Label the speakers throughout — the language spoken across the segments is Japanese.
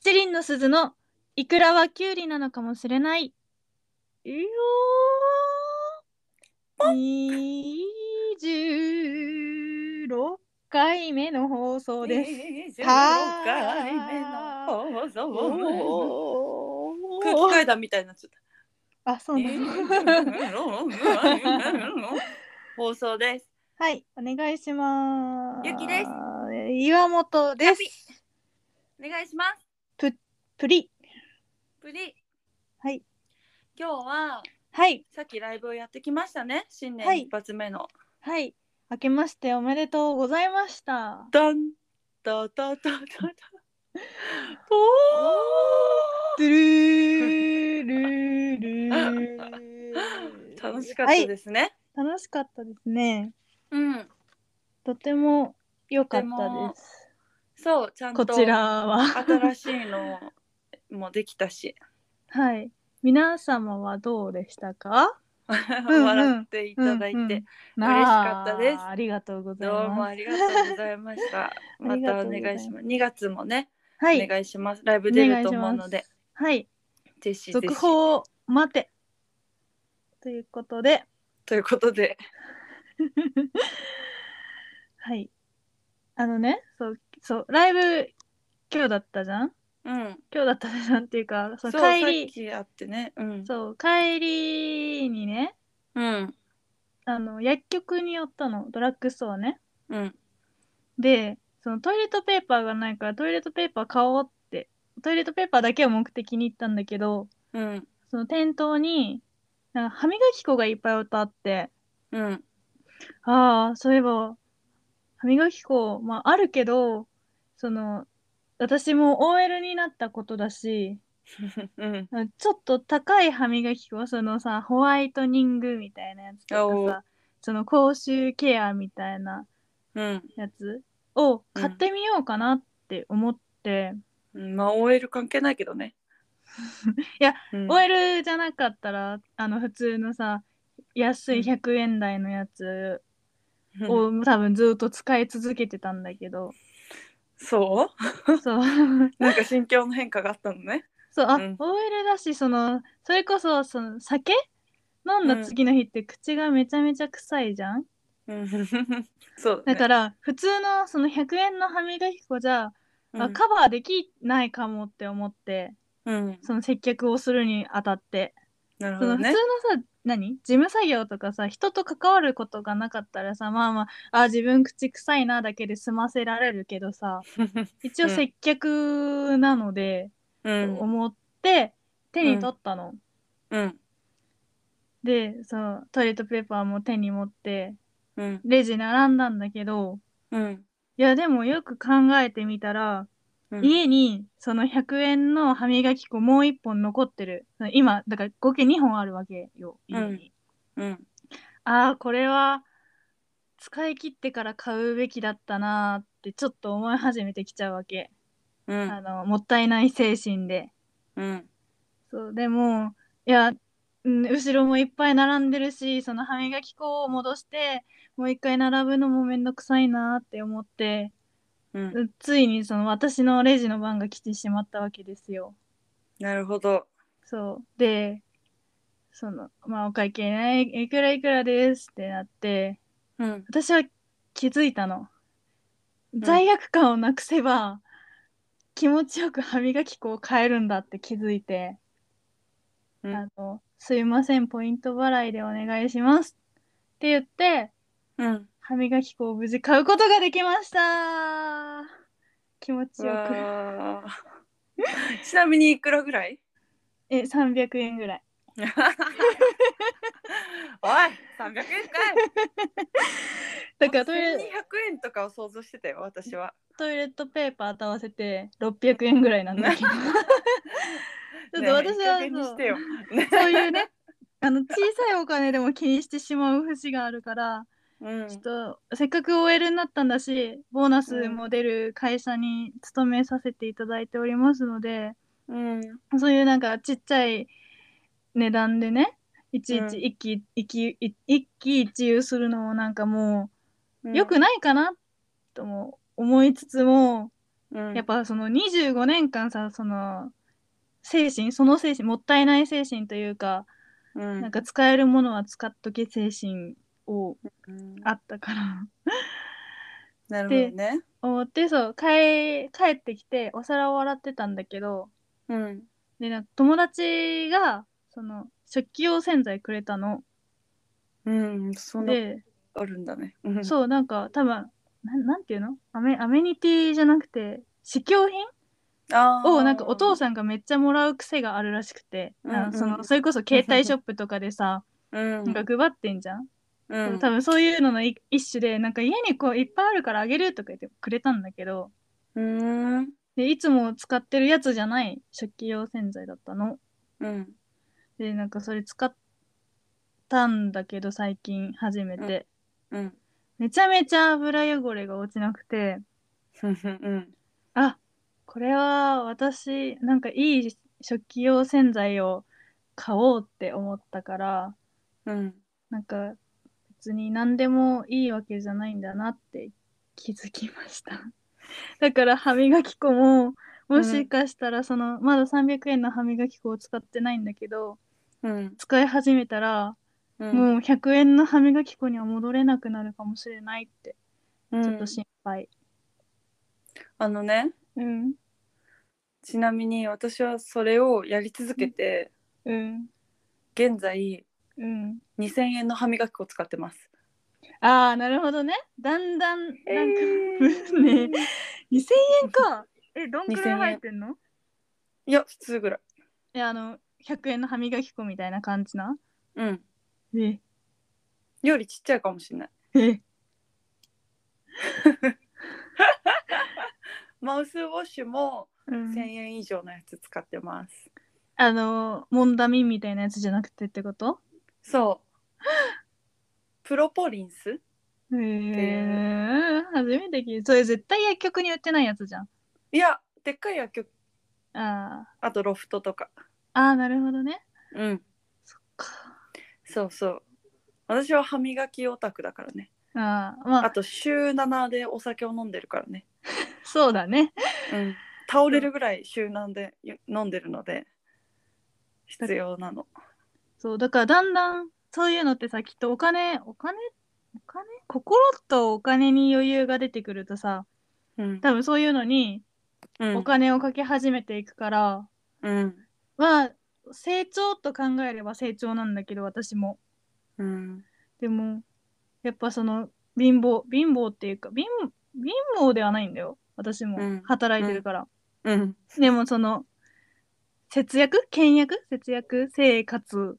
Speaker 1: チェリンの鈴のイクラはキュウリなのかもしれない。いよー。26回目の放送です。
Speaker 2: す。回目の放送。空気階段みたいになっちゃった。
Speaker 1: あ、そうなの。
Speaker 2: 放送です。
Speaker 1: はい、お願いします。
Speaker 2: ゆきです。
Speaker 1: 岩本で
Speaker 2: キャピ
Speaker 1: す。
Speaker 2: お願いしま
Speaker 1: プ
Speaker 2: す。
Speaker 1: リ。
Speaker 2: プリ。
Speaker 1: はい。
Speaker 2: 今日は
Speaker 1: はい、
Speaker 2: さっきライブをやってきましたね。新年一発目の。
Speaker 1: はい。明けましておめでとうございました。
Speaker 2: ダンダダダ ダダ。
Speaker 1: ドゥルールールー
Speaker 2: 楽しかった
Speaker 1: はい
Speaker 2: ですね。
Speaker 1: 楽しかったですね。
Speaker 2: うん。
Speaker 1: とても良かっ
Speaker 2: とて
Speaker 1: た
Speaker 2: も
Speaker 1: です。
Speaker 2: そうちゃん
Speaker 1: ことちらは。
Speaker 2: 新しいのもできたし
Speaker 1: はい。皆様はどうでしたか ん
Speaker 2: 笑っていただいて、
Speaker 1: うんうん
Speaker 2: 嬉しかったです
Speaker 1: なあありがとうござい
Speaker 2: どうも
Speaker 1: ま
Speaker 2: あ
Speaker 1: す。
Speaker 2: りがとうございました またお願いします2月もね、
Speaker 1: はい。
Speaker 2: お願いしますライブ出ると思うの
Speaker 1: お願い
Speaker 2: で
Speaker 1: しますはい。
Speaker 2: ぜひぜひ
Speaker 1: 続報を待て。ということで、
Speaker 2: ということで
Speaker 1: はい。あのね、そう、そう、ライブ今日だったじゃん
Speaker 2: うん
Speaker 1: 今日だったじゃんっていうか、そ
Speaker 2: そう
Speaker 1: の
Speaker 2: さ
Speaker 1: 帰
Speaker 2: っ
Speaker 1: り、
Speaker 2: きあってねうん
Speaker 1: そう、帰りにね、
Speaker 2: うん
Speaker 1: あの、薬局に寄ったの、ドラッグストアね。
Speaker 2: うん
Speaker 1: で、そのトイレットペーパーがないからトイレットペーパー買おうって、トイレットペーパーだけを目的に行ったんだけど、
Speaker 2: うん
Speaker 1: その店頭に、なんか歯磨き粉がいっぱい置いてあって、
Speaker 2: うん
Speaker 1: ああ、そういえば、歯磨き粉、まああるけど、その、私も OL になったことだし、
Speaker 2: うん
Speaker 1: ちょっと高い歯磨き粉、そのさ、ホワイトニングみたいなやつと
Speaker 2: お
Speaker 1: か
Speaker 2: う
Speaker 1: さ、その口臭ケアみたいな
Speaker 2: うん
Speaker 1: やつを買ってみようかなって思って、
Speaker 2: うんまあ OL 関係ないけどね
Speaker 1: いや、
Speaker 2: うん、
Speaker 1: OL じゃなかったらあの普通のさ安い
Speaker 2: うん
Speaker 1: 100円台のやつ
Speaker 2: うん
Speaker 1: を多分ずっと使い続けてたんだけ ど、
Speaker 2: そ
Speaker 1: そう
Speaker 2: う なんか心境の変化があったのね
Speaker 1: そうあ、
Speaker 2: うん
Speaker 1: OL だしそのそれこそその酒飲んだ次の日って口がめちゃめちゃ臭いじゃん、
Speaker 2: うん そうだ,、ね、
Speaker 1: だから普通のその100円の歯磨き粉じゃ、
Speaker 2: う
Speaker 1: あ
Speaker 2: ん
Speaker 1: カバーできないかもって思って
Speaker 2: うん、
Speaker 1: その接客をするにあたって
Speaker 2: なるほ
Speaker 1: その普
Speaker 2: ど
Speaker 1: 通のさ、。
Speaker 2: ね
Speaker 1: 何事務作業とかさ人と関わることがなかったらさまあまああ自分口臭いなだけで済ませられるけどさ一応接客なので、
Speaker 2: うん
Speaker 1: と思って手に取ったの。
Speaker 2: うん
Speaker 1: でそうトイレットペーパーも手に持って
Speaker 2: うん
Speaker 1: レジ並んだんだけど
Speaker 2: うん
Speaker 1: いやでもよく考えてみたら、
Speaker 2: うん
Speaker 1: 家にその100円の歯磨き粉もう1本残ってる今だから合計2本あるわけよ家に。
Speaker 2: うんうん
Speaker 1: ああこれは使い切ってから買うべきだったなーってちょっと思い始めてきちゃうわけ、
Speaker 2: う
Speaker 1: あ
Speaker 2: ん
Speaker 1: のもったいない精神で
Speaker 2: うん
Speaker 1: そうでもいやうん後ろもいっぱい並んでるしその歯磨き粉を戻してもう一回並ぶのもめんどくさいなーって思って
Speaker 2: うん
Speaker 1: うついにその私のレジの番が来てしまったわけですよ
Speaker 2: なるほど。
Speaker 1: そうでそのまあお会計ねいくらいくらですってなって
Speaker 2: うん
Speaker 1: 私は気づいたの、罪悪感をなくせば気持ちよく歯磨き粉を変えるんだって気づいて、
Speaker 2: うん
Speaker 1: あのすいませんポイント払いでお願いしますって言って
Speaker 2: うん
Speaker 1: 歯磨き粉を無事買うことができました気持ちよく
Speaker 2: わあ ちなみにいくらぐらい
Speaker 1: え300円ぐらい
Speaker 2: おい300円かい
Speaker 1: だからトイ
Speaker 2: 1200
Speaker 1: レ
Speaker 2: 円とかを想像してたよ私は。
Speaker 1: トイレットペーパーと合わせて600円ぐらいなんだけど ちょっと
Speaker 2: ねえ
Speaker 1: 私
Speaker 2: いい加
Speaker 1: は
Speaker 2: 減に
Speaker 1: そ
Speaker 2: し
Speaker 1: う
Speaker 2: てよ。
Speaker 1: そういうね、あの小さいお金でも気にしてしまう節があるから、
Speaker 2: うん
Speaker 1: ちょっとせっかく OL になったんだし、ボーナスも出る会社に勤めさせていただいておりますので、
Speaker 2: うん
Speaker 1: そういうなんかちっちゃい値段でね、いちいち
Speaker 2: うん
Speaker 1: 一喜一喜一一喜一憂するのもなんかも
Speaker 2: う
Speaker 1: うん良くないかなとも思いつつも、
Speaker 2: うん
Speaker 1: やっぱその25年間さその精神その精神もったいない精神というか、
Speaker 2: うん
Speaker 1: なんか使えるものは使っとけ精神を
Speaker 2: うん
Speaker 1: あったから
Speaker 2: なるほどね。
Speaker 1: 思ってそう帰帰ってきてお皿を洗ってたんだけど
Speaker 2: うん。
Speaker 1: でなんか友達がその食器用洗剤くれたの
Speaker 2: うん、そんな
Speaker 1: で
Speaker 2: あるんだね。うん
Speaker 1: そうなんか多分なんなんていうのアメアメニティじゃなくて試供品
Speaker 2: あー
Speaker 1: をなんかお父さんがめっちゃもらう癖があるらしくて、
Speaker 2: うん
Speaker 1: あのそ
Speaker 2: うん
Speaker 1: のそれこそ携帯ショップとかでさ、
Speaker 2: うん、
Speaker 1: なんか配ってんじゃん、
Speaker 2: う
Speaker 1: でも
Speaker 2: ん、
Speaker 1: 多分そういうのの一一種でなんか家にこういっぱいあるからあげるとか言ってくれたんだけど
Speaker 2: うん、
Speaker 1: でいつも使ってるやつじゃない食器用洗剤だったの
Speaker 2: うん、
Speaker 1: でなんかそれ使ったんだけど最近初めて、
Speaker 2: うん、
Speaker 1: めちゃめちゃ油汚れが落ちなくて
Speaker 2: うん、
Speaker 1: あこれは私なんかいい食器用洗剤を買おうって思ったから
Speaker 2: うん、
Speaker 1: なんか別に何でもいいわけじゃないんだなって気づきました。 だから歯磨き粉ももしかしたらその、まだ300円の歯磨き粉を使ってないんだけど
Speaker 2: うん、
Speaker 1: 使い始めたら、
Speaker 2: うん、
Speaker 1: もう100円の歯磨き粉には戻れなくなるかもしれないってちょっと心配。
Speaker 2: あのね、
Speaker 1: うん
Speaker 2: ちなみに私はそれをやり続けて、
Speaker 1: うん
Speaker 2: 現在
Speaker 1: うん。
Speaker 2: 2000円の歯磨き粉を使ってます。
Speaker 1: ああなるほどね。だんだんなんか、 ね2000円か。えどんくらい入ってんの
Speaker 2: いや普通ぐらい。
Speaker 1: いやあの100円の歯磨き粉みたいな感じな。
Speaker 2: うん。
Speaker 1: え
Speaker 2: よりちっちゃいかもしれない。
Speaker 1: え
Speaker 2: マウスウォッシュも
Speaker 1: うん
Speaker 2: 1000円以上のやつ使ってます。
Speaker 1: あのモンダミンみたいなやつじゃなくてってこと
Speaker 2: そう。 プロポリンス？
Speaker 1: へえ初めて聞いたそれ絶対薬局に売ってないやつじゃん
Speaker 2: いやでっかい薬局
Speaker 1: あ
Speaker 2: あとロフトとか。
Speaker 1: ーあーなるほどね
Speaker 2: うん。
Speaker 1: そっか
Speaker 2: そうそう。私は歯磨きオタクだからね。
Speaker 1: あーま
Speaker 2: あ
Speaker 1: あ
Speaker 2: と週7でお酒を飲んでるからね。
Speaker 1: そうだね
Speaker 2: うん。倒れるぐらい週7で飲んでるので必要なの。
Speaker 1: そうだからだんだんそういうのってさきっとお金お金お金心とお金に余裕が出てくるとさ
Speaker 2: うん。
Speaker 1: 多分そういうのに
Speaker 2: うん
Speaker 1: お金をかけ始めていくから、
Speaker 2: うん。
Speaker 1: まあ成長と考えれば成長なんだけど私も
Speaker 2: うん。
Speaker 1: でもやっぱその貧乏貧乏っていうか貧貧乏ではないんだよ私も
Speaker 2: うん
Speaker 1: 働いてるから、
Speaker 2: うん。
Speaker 1: でもその節約倹約節約生活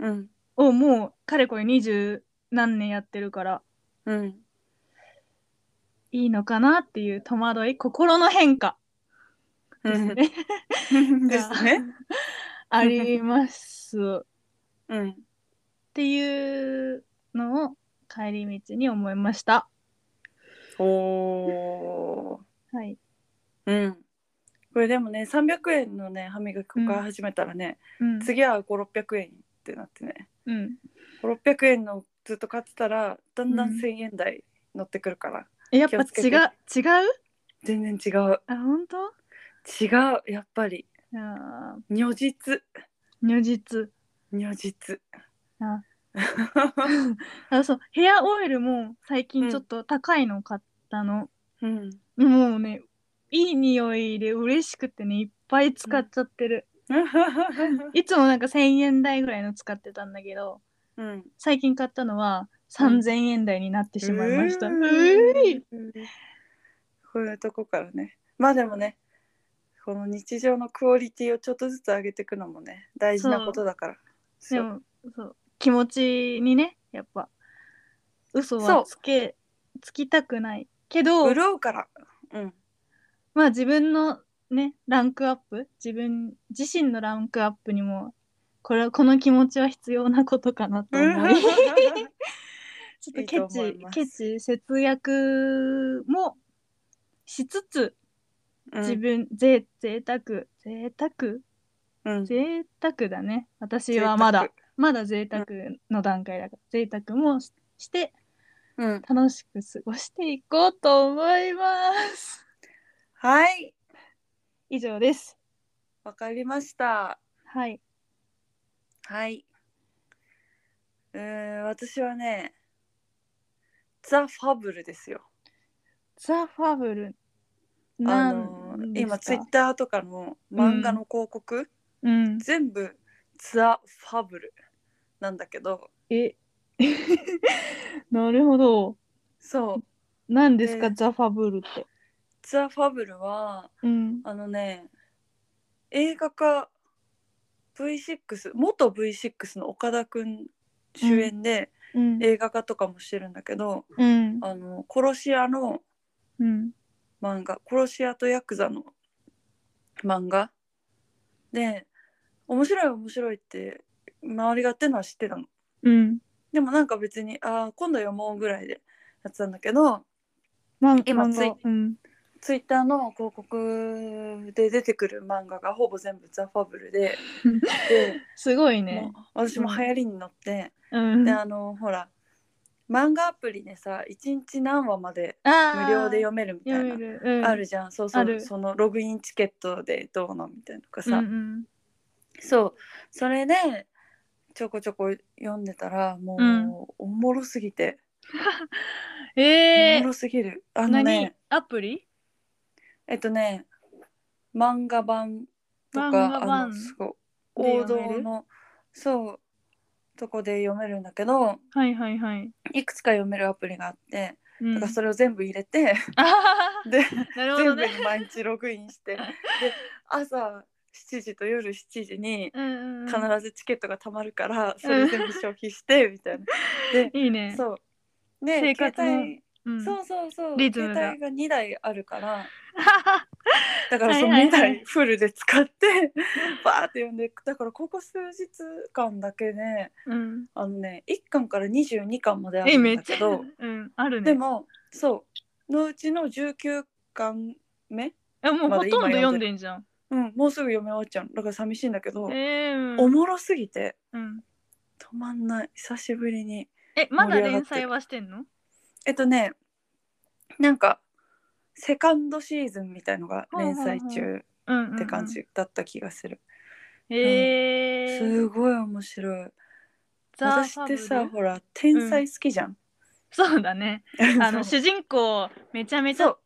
Speaker 2: うん。
Speaker 1: をもうかれこれ二十何年やってるから
Speaker 2: うん。
Speaker 1: いいのかなっていう戸惑い心の変化ですね、
Speaker 2: ですね。
Speaker 1: ありますっ
Speaker 2: うん。
Speaker 1: ていうのを帰り道に思いました
Speaker 2: おー。
Speaker 1: はい、
Speaker 2: うん。これでもね、300円のね、歯磨き粉から始めたらね、
Speaker 1: うん
Speaker 2: 次は5、600円ってなってね、
Speaker 1: うん、
Speaker 2: 5、600円のずっと買ってたら、だんだん
Speaker 1: うん
Speaker 2: 1000円台乗ってくるから、
Speaker 1: えやっぱ
Speaker 2: 気をつけて
Speaker 1: 違う違う
Speaker 2: 全然違う。
Speaker 1: あ本当
Speaker 2: 違う、やっぱり。
Speaker 1: いやー
Speaker 2: 如実。
Speaker 1: 如実
Speaker 2: 如実。
Speaker 1: ああそうヘアオイルも最近ちょっと高いの買ったの、
Speaker 2: うん。
Speaker 1: もうねいい匂いで嬉しくてねいっぱい使っちゃってる、いつもなんか1,000円台ぐらいの使ってたんだけど
Speaker 2: うん。
Speaker 1: 最近買ったのは3,000円台になってしまいました、
Speaker 2: う
Speaker 1: う
Speaker 2: ーん
Speaker 1: ーい
Speaker 2: こういうとこからねまあでもねこの日常のクオリティをちょっとずつ上げていくのもね大事なことだから
Speaker 1: で
Speaker 2: そう
Speaker 1: もそう気持ちにねやっぱ嘘
Speaker 2: そ
Speaker 1: は
Speaker 2: う
Speaker 1: つけつきたくないけど
Speaker 2: 潤うからうん
Speaker 1: まあ自分のねランクアップ自分自身のランクアップにもこれこの気持ちは必要なことかなと思い ちょっと
Speaker 2: いい
Speaker 1: ケ
Speaker 2: と思
Speaker 1: チ
Speaker 2: います
Speaker 1: ケチ節約もしつつ
Speaker 2: うん
Speaker 1: 自分、ぜ贅沢贅沢
Speaker 2: うん
Speaker 1: 贅沢だね私
Speaker 2: 贅沢
Speaker 1: はまだまだ贅沢の段階だから、贅沢もしして
Speaker 2: うん
Speaker 1: 楽しく過ごしていこうと思います。
Speaker 2: はい
Speaker 1: 以上です。
Speaker 2: わかりました
Speaker 1: はい。
Speaker 2: はい。うーん、私はね、ザ・ファブルですよ。
Speaker 1: ザ・ファブル。
Speaker 2: あ
Speaker 1: な
Speaker 2: の
Speaker 1: んですか
Speaker 2: 今、ツイッターとかの漫画の広告、
Speaker 1: うん。
Speaker 2: 全部ザ・ファブルなんだけど、
Speaker 1: え、なるほど。
Speaker 2: そう、
Speaker 1: 何ですか、
Speaker 2: で
Speaker 1: ザ・ファブルって。
Speaker 2: ザ・ファブルは、
Speaker 1: うん。
Speaker 2: あのね、映画化 V6、元 V6 の岡田くん主演で
Speaker 1: うん。
Speaker 2: 映画化とかもしてるんだけど、
Speaker 1: うん。
Speaker 2: あの、殺し屋の
Speaker 1: うん。
Speaker 2: 漫画「殺し屋とヤクザ」の漫画で面白い面白いって周りがやってるのは知ってたの
Speaker 1: うん。
Speaker 2: でもなんか別にああ今度読もうぐらいでやってたんだけど
Speaker 1: ま、
Speaker 2: 今
Speaker 1: 漫画
Speaker 2: ツイ
Speaker 1: うん。
Speaker 2: ツイッターの広告で出てくる漫画がほぼ全部「ザ・ファブル でです
Speaker 1: ごい
Speaker 2: も
Speaker 1: ね。
Speaker 2: う私も流行りに乗って、
Speaker 1: うん。
Speaker 2: で
Speaker 1: あ
Speaker 2: あのほら漫画アプリでさ1日何話まで
Speaker 1: あ
Speaker 2: 無料で読めるみたいな
Speaker 1: 読める。うん、
Speaker 2: あるじゃんそうそ
Speaker 1: あ
Speaker 2: う
Speaker 1: る
Speaker 2: そのログインチケットでどうのみたいなのがさ、
Speaker 1: うんうん
Speaker 2: そうそれでちょこちょこ読んでたらもう、
Speaker 1: うん
Speaker 2: おもろすぎて、
Speaker 1: え
Speaker 2: お
Speaker 1: ー
Speaker 2: もろすぎるあの
Speaker 1: 何
Speaker 2: ね
Speaker 1: アプリ
Speaker 2: えっとね漫画版と
Speaker 1: 漫画
Speaker 2: か
Speaker 1: 版
Speaker 2: あのすごい
Speaker 1: で
Speaker 2: 王
Speaker 1: 読
Speaker 2: 道
Speaker 1: める
Speaker 2: のそうとこで読めるんだけど
Speaker 1: はいはいはい。
Speaker 2: いくつか読めるアプリがあって、
Speaker 1: うん
Speaker 2: だからそれを全部入れて、
Speaker 1: あははは
Speaker 2: で
Speaker 1: なるほど
Speaker 2: 全部
Speaker 1: ね。
Speaker 2: に毎日ログイ ンしてで朝7時と夜7時に
Speaker 1: うんうんうん
Speaker 2: 必ずチケットが貯まるから、それ全部消費してみたいな。で
Speaker 1: いいね。
Speaker 2: そう。ね、
Speaker 1: 生活の
Speaker 2: 携帯、
Speaker 1: うん
Speaker 2: そうそうそう。
Speaker 1: リズムが
Speaker 2: 携帯が2台あるから、
Speaker 1: う
Speaker 2: だからその
Speaker 1: はいはい
Speaker 2: 2
Speaker 1: はい
Speaker 2: 台フルで使って、 バーって読んで、だからここ数日間だけね、
Speaker 1: ん。
Speaker 2: あのね、1巻から22巻まであ
Speaker 1: え、
Speaker 2: る
Speaker 1: め
Speaker 2: ん
Speaker 1: っ
Speaker 2: だ
Speaker 1: ち
Speaker 2: け
Speaker 1: ゃ。
Speaker 2: ど、
Speaker 1: うん、あるね。
Speaker 2: でも、そう、のうちの19巻目、
Speaker 1: え、もう
Speaker 2: ま
Speaker 1: ほとん
Speaker 2: だ今
Speaker 1: ど読
Speaker 2: 読
Speaker 1: ん
Speaker 2: ん
Speaker 1: で
Speaker 2: で
Speaker 1: んじゃん。
Speaker 2: うん、もうすぐ読み終わっちゃうのだから寂しいんだけど、
Speaker 1: えー
Speaker 2: おもろすぎて
Speaker 1: うん。
Speaker 2: 止まんない、久しぶりに。
Speaker 1: え、まだ
Speaker 2: 盛り上がってる
Speaker 1: 連載はしてんの
Speaker 2: えっとねなんかセカンドシーズンみたいのが連載中
Speaker 1: うんうんうん。
Speaker 2: って感。じだった気がする、
Speaker 1: えー。
Speaker 2: すごい面白い
Speaker 1: ザ
Speaker 2: 私ってさ
Speaker 1: ファブル
Speaker 2: ほら天才好きじゃん、
Speaker 1: そうだね。あの、
Speaker 2: そう
Speaker 1: 主人公、めちゃめち
Speaker 2: そ
Speaker 1: ゃ
Speaker 2: う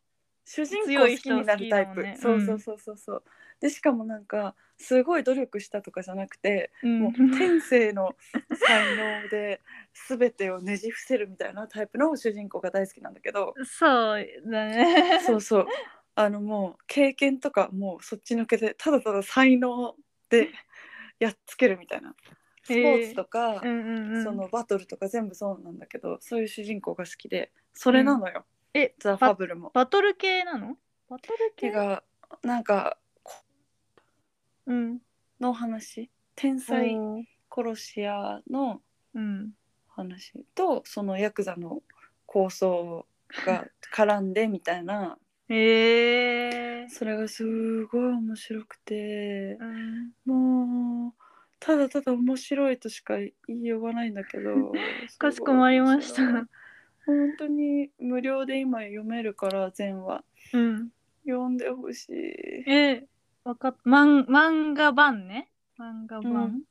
Speaker 2: 主人公
Speaker 1: 強い
Speaker 2: 好き
Speaker 1: 人
Speaker 2: になるタイ
Speaker 1: 好
Speaker 2: プ、
Speaker 1: きだもんね
Speaker 2: そううんそうそうそうそうでしかもなんかすごい努力したとかじゃなくて、
Speaker 1: うん
Speaker 2: も う天性の才能で全てをねじ伏せるみたいなタイプの主人公が大好きなんだけど、
Speaker 1: そうだね。
Speaker 2: そうそう。あのもう経験とかもうそっち抜けてただただ才能でやっつけるみたいなスポーツと か、
Speaker 1: うんうんうん。
Speaker 2: そのバトルとか全部そうなんだけどそういう主人公が好きでそれなのよ、
Speaker 1: え
Speaker 2: ザ・ファブルも。
Speaker 1: バトル系なのバトル系
Speaker 2: てかなんかこ
Speaker 1: うん。
Speaker 2: の話天才殺し屋の
Speaker 1: うん。
Speaker 2: 話とそのヤクザの構想が絡んでみたいな
Speaker 1: えー。
Speaker 2: それがすごい面白くて。
Speaker 1: うん
Speaker 2: もうただただ面白いとしか言いようがないんだけ ど
Speaker 1: かしこまりまし
Speaker 2: すごい面
Speaker 1: た。
Speaker 2: 白い本当に無料で今読めるから全話
Speaker 1: うん。
Speaker 2: 読んでほしい、
Speaker 1: え、わかっ、まん、漫画版ね。漫画
Speaker 2: う
Speaker 1: 版
Speaker 2: ん。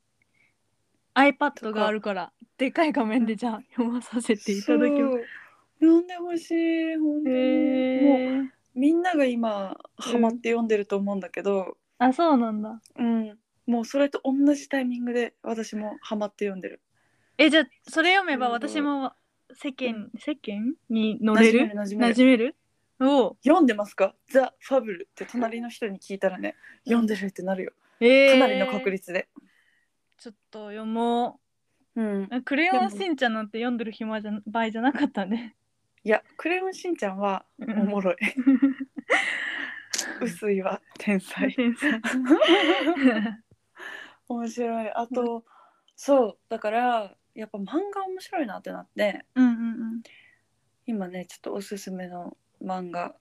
Speaker 1: iPad があるから、でかい画面でじゃあ読まさせていただきます。
Speaker 2: そう読んでほしい本当に、も
Speaker 1: えー。
Speaker 2: うみんなが今ハマって読んでると思うんだけど、
Speaker 1: あ、そうなんだ。
Speaker 2: うんもうそれと同じタイミングで私もハマって読んでる
Speaker 1: え、じゃあ、それ読めば
Speaker 2: すごい
Speaker 1: 私も世間、世間に乗
Speaker 2: 馴
Speaker 1: れ
Speaker 2: 染め
Speaker 1: る
Speaker 2: る馴染め
Speaker 1: 馴
Speaker 2: る
Speaker 1: 染めるおう
Speaker 2: 読んでますか「ザ・ファブル」って隣の人に聞いたらね読んでるってなるよ
Speaker 1: え
Speaker 2: か
Speaker 1: ー
Speaker 2: なりの確率で、
Speaker 1: ちょっと読も
Speaker 2: うん
Speaker 1: う。クレヨンしんちゃんなんて読んでる暇じゃ場合じゃなかったね。
Speaker 2: いや、クレヨンしんちゃんはおもろい。 薄いは天才。
Speaker 1: 天才
Speaker 2: 面白い。あと、そう、だから、やっぱ漫画面白いなってなって、
Speaker 1: うんうん
Speaker 2: 今ね、ちょっとおすすめの漫画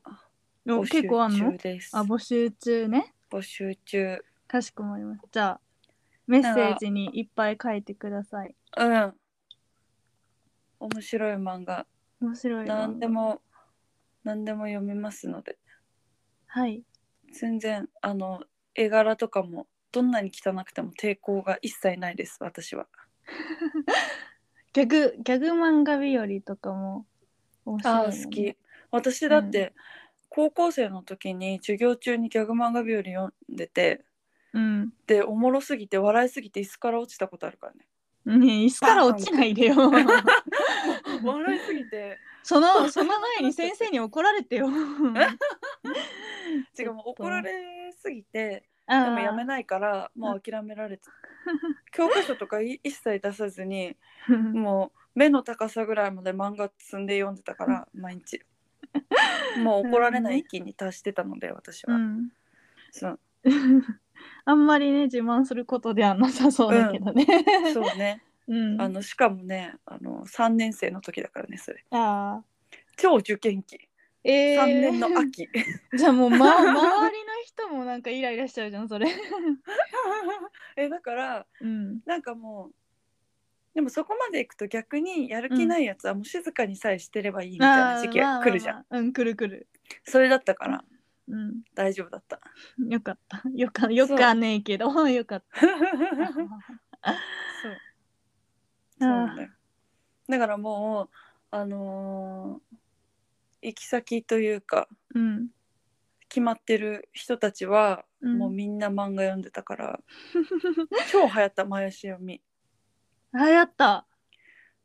Speaker 1: うん。 お
Speaker 2: 募集
Speaker 1: 結構あんの
Speaker 2: 中です
Speaker 1: あ、。募集中ね。
Speaker 2: 募集中。
Speaker 1: かしこまりました。じゃあ、メッセージにいっぱい書いてください。
Speaker 2: うん。面白い漫画。
Speaker 1: 面白いわ
Speaker 2: 何で。も、何でも読みますので。
Speaker 1: はい。
Speaker 2: 全然あの絵柄とかもどんなに汚くても抵抗が一切ないです私は
Speaker 1: ギャグ、ギャグ漫画日和とかも面白い
Speaker 2: あ
Speaker 1: よね、
Speaker 2: ー好き私だって高校生の時に授業中にギャグ漫画日和読んでて
Speaker 1: うん。
Speaker 2: でおもろすぎて笑いすぎて椅子から落ちたことあ るからね
Speaker 1: ねえ、椅子から落ちないでよ。
Speaker 2: 笑いすぎて
Speaker 1: その、その前に先生に怒られてよ。
Speaker 2: 違うもう怒られすぎて
Speaker 1: あ
Speaker 2: で
Speaker 1: ー
Speaker 2: もやめないからもう諦めら れて教科書とかい一切出さずにもう目の高さぐらいまで漫画積んで読んでたから毎日もう怒られない域に達してたので私は、
Speaker 1: うん。
Speaker 2: そう
Speaker 1: あんまりね、自慢することではなさそうだけどね。
Speaker 2: そうね
Speaker 1: うん。
Speaker 2: あのしかもねあの3年生の時だからねそれ
Speaker 1: あ
Speaker 2: 超受験期
Speaker 1: ーえー
Speaker 2: 3年の秋
Speaker 1: じゃあもう、ま、周りの人もなんかイライラしちゃうじゃん、それ。
Speaker 2: えだから
Speaker 1: うん。
Speaker 2: なんかもうでもそこまで行くと逆にやる気ないやつはもう静かにさえしてればいいみたいな時期
Speaker 1: あーまあまあまあ
Speaker 2: が来るじゃん
Speaker 1: うん、来る来る。
Speaker 2: それだったから
Speaker 1: うん。
Speaker 2: 大丈夫だった
Speaker 1: よかった。よか、よかねえけど、 よかった。
Speaker 2: そうそうなんだよだからもうあのー行き先というか
Speaker 1: うん。
Speaker 2: 決まってる人たちは、
Speaker 1: うん
Speaker 2: もうみんな漫画読んでたから 超流行った前足読み
Speaker 1: あやった。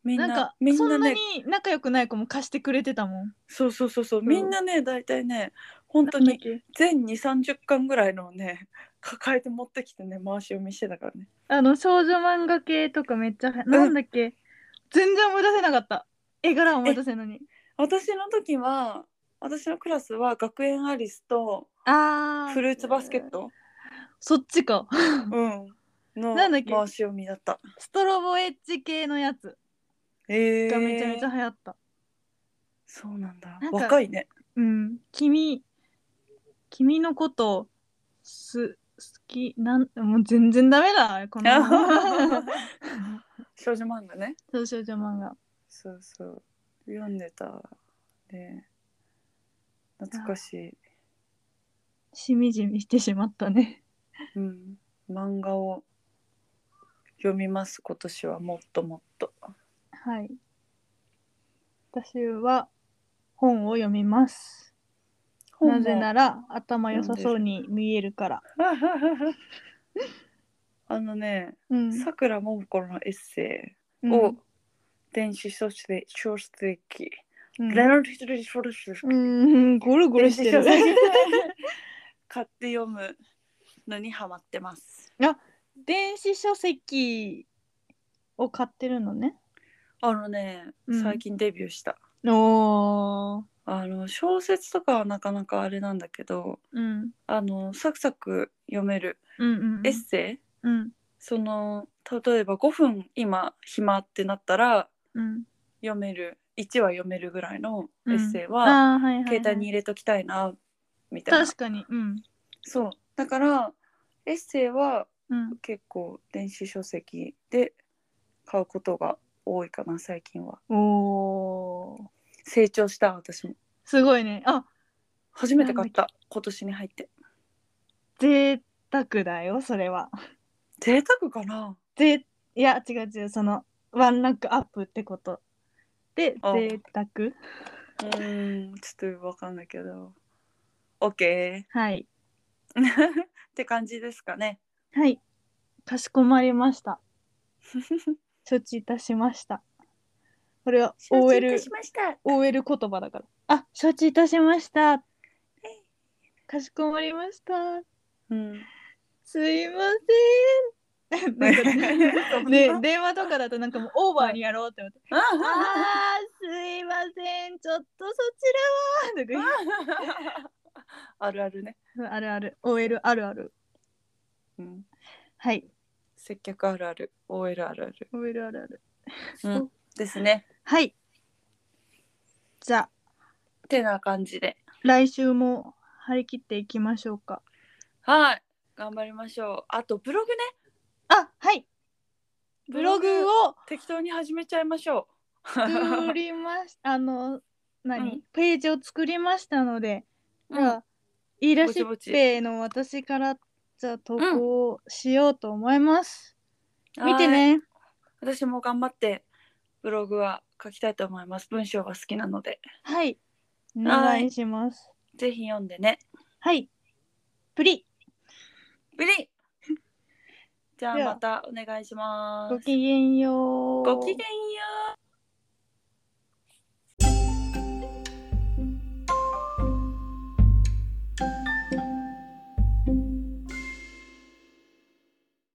Speaker 2: みんな
Speaker 1: なんか
Speaker 2: みん
Speaker 1: そ
Speaker 2: なん
Speaker 1: な
Speaker 2: ね
Speaker 1: に仲良くない子も貸してくれてたもん。
Speaker 2: そうそうそうそうみんなね大体ね本当に全2 3 0巻ぐらいのをね抱えて持ってきてね回し読みしてたからね
Speaker 1: あの少女漫画系とかめっちゃは、なんだっけ全然思い出せなかった。絵柄思い出せんのに。
Speaker 2: 私の時は私のクラスは学園アリスと
Speaker 1: あ
Speaker 2: フルーツバスケッ
Speaker 1: ト。
Speaker 2: ト、
Speaker 1: そっちか。
Speaker 2: うん、の
Speaker 1: なんだっ
Speaker 2: 回
Speaker 1: け
Speaker 2: し読みだった
Speaker 1: ストロボエッジ系のやつ
Speaker 2: え
Speaker 1: がめちゃめちゃ
Speaker 2: ゃ
Speaker 1: 流行った。
Speaker 2: そうなんだ
Speaker 1: なんか
Speaker 2: 若いね
Speaker 1: うん。君、君のこと、す、好き、なん、もう全然ダメだ、 この。
Speaker 2: 少女漫画ね
Speaker 1: そう少女漫画。
Speaker 2: そうそう読んでたね懐かしい、
Speaker 1: しみじみしてしまったね。
Speaker 2: うん、漫画を読みます今年はもっともっと
Speaker 1: はい。私は本を読みます。なぜな
Speaker 2: ら
Speaker 1: ら頭良さそうに見えるから。
Speaker 2: あのね
Speaker 1: うん。
Speaker 2: さくらももこのエッセ
Speaker 1: う
Speaker 2: イ
Speaker 1: ん
Speaker 2: を電子書籍小籍
Speaker 1: うん
Speaker 2: レナルヒトリ書籍
Speaker 1: うん、ゴロゴロしてる。
Speaker 2: 買って読むのにハマってます
Speaker 1: 電子書籍を買ってるのね。
Speaker 2: あのね、
Speaker 1: うん
Speaker 2: 最近デビューした
Speaker 1: おー。
Speaker 2: あの小説とかはなかなかあれなんだけど
Speaker 1: うん。
Speaker 2: あのサクサク読める
Speaker 1: うんうんうん。
Speaker 2: エッセイ、
Speaker 1: うん。
Speaker 2: その例えば5分今暇ってなったら
Speaker 1: うん。
Speaker 2: 読める1話読めるぐらいのエッセイは、
Speaker 1: ああ、はいはいはい。
Speaker 2: 携帯に入れときたいなみたいな
Speaker 1: 確かに。うん。
Speaker 2: そうだからエッセイは
Speaker 1: うん。
Speaker 2: 結構電子書籍で買うことが多いかな最近は
Speaker 1: おー。
Speaker 2: 成長した私も
Speaker 1: すごいね。あ、
Speaker 2: 初めて買った今年に入って
Speaker 1: 贅沢だよ、それは。
Speaker 2: 贅沢かな
Speaker 1: ぜいや違う違うそのワンランクアップってことで
Speaker 2: あ
Speaker 1: 贅沢
Speaker 2: うーんちょっとわかんないけど OK
Speaker 1: はい
Speaker 2: って感じですかね
Speaker 1: はいかしこまりました 承知いたしましたこれは OL,
Speaker 2: ました
Speaker 1: OL 言葉だからあ承知いたしましたかしこまりました
Speaker 2: うん
Speaker 1: すいませ んなんかね
Speaker 2: で、
Speaker 1: 電話とかだとなんかもうオーバーにやろうって思って
Speaker 2: あ
Speaker 1: 「あーすいませんちょっとそちらは」とか言って
Speaker 2: あるあるね、
Speaker 1: うんあるある。OL あるある。
Speaker 2: うん、
Speaker 1: はい。
Speaker 2: 接客あるある OL あるある、
Speaker 1: OL あるある。
Speaker 2: うん、ですね
Speaker 1: はい。じゃあ、
Speaker 2: てな感じで
Speaker 1: 来週も張り切っていきましょうか。
Speaker 2: はい頑張りましょうあとブログね
Speaker 1: あ、はい。ブログを
Speaker 2: 適当に始めちゃいましょ
Speaker 1: 作 りましあの、何、
Speaker 2: うん
Speaker 1: ページを作りましたので、
Speaker 2: う、
Speaker 1: じゃあ言い出しっぺの私からじゃあ投稿しようと思います。見て
Speaker 2: はい
Speaker 1: ね。
Speaker 2: 私も頑張ってブログは書きたいと思います文章が好きなので
Speaker 1: はい。お願いします。
Speaker 2: ぜひ読んでね
Speaker 1: はい。プリ
Speaker 2: ビリじゃあ
Speaker 1: では
Speaker 2: またお願いします
Speaker 1: ごきげんよう。
Speaker 2: ごきげんよう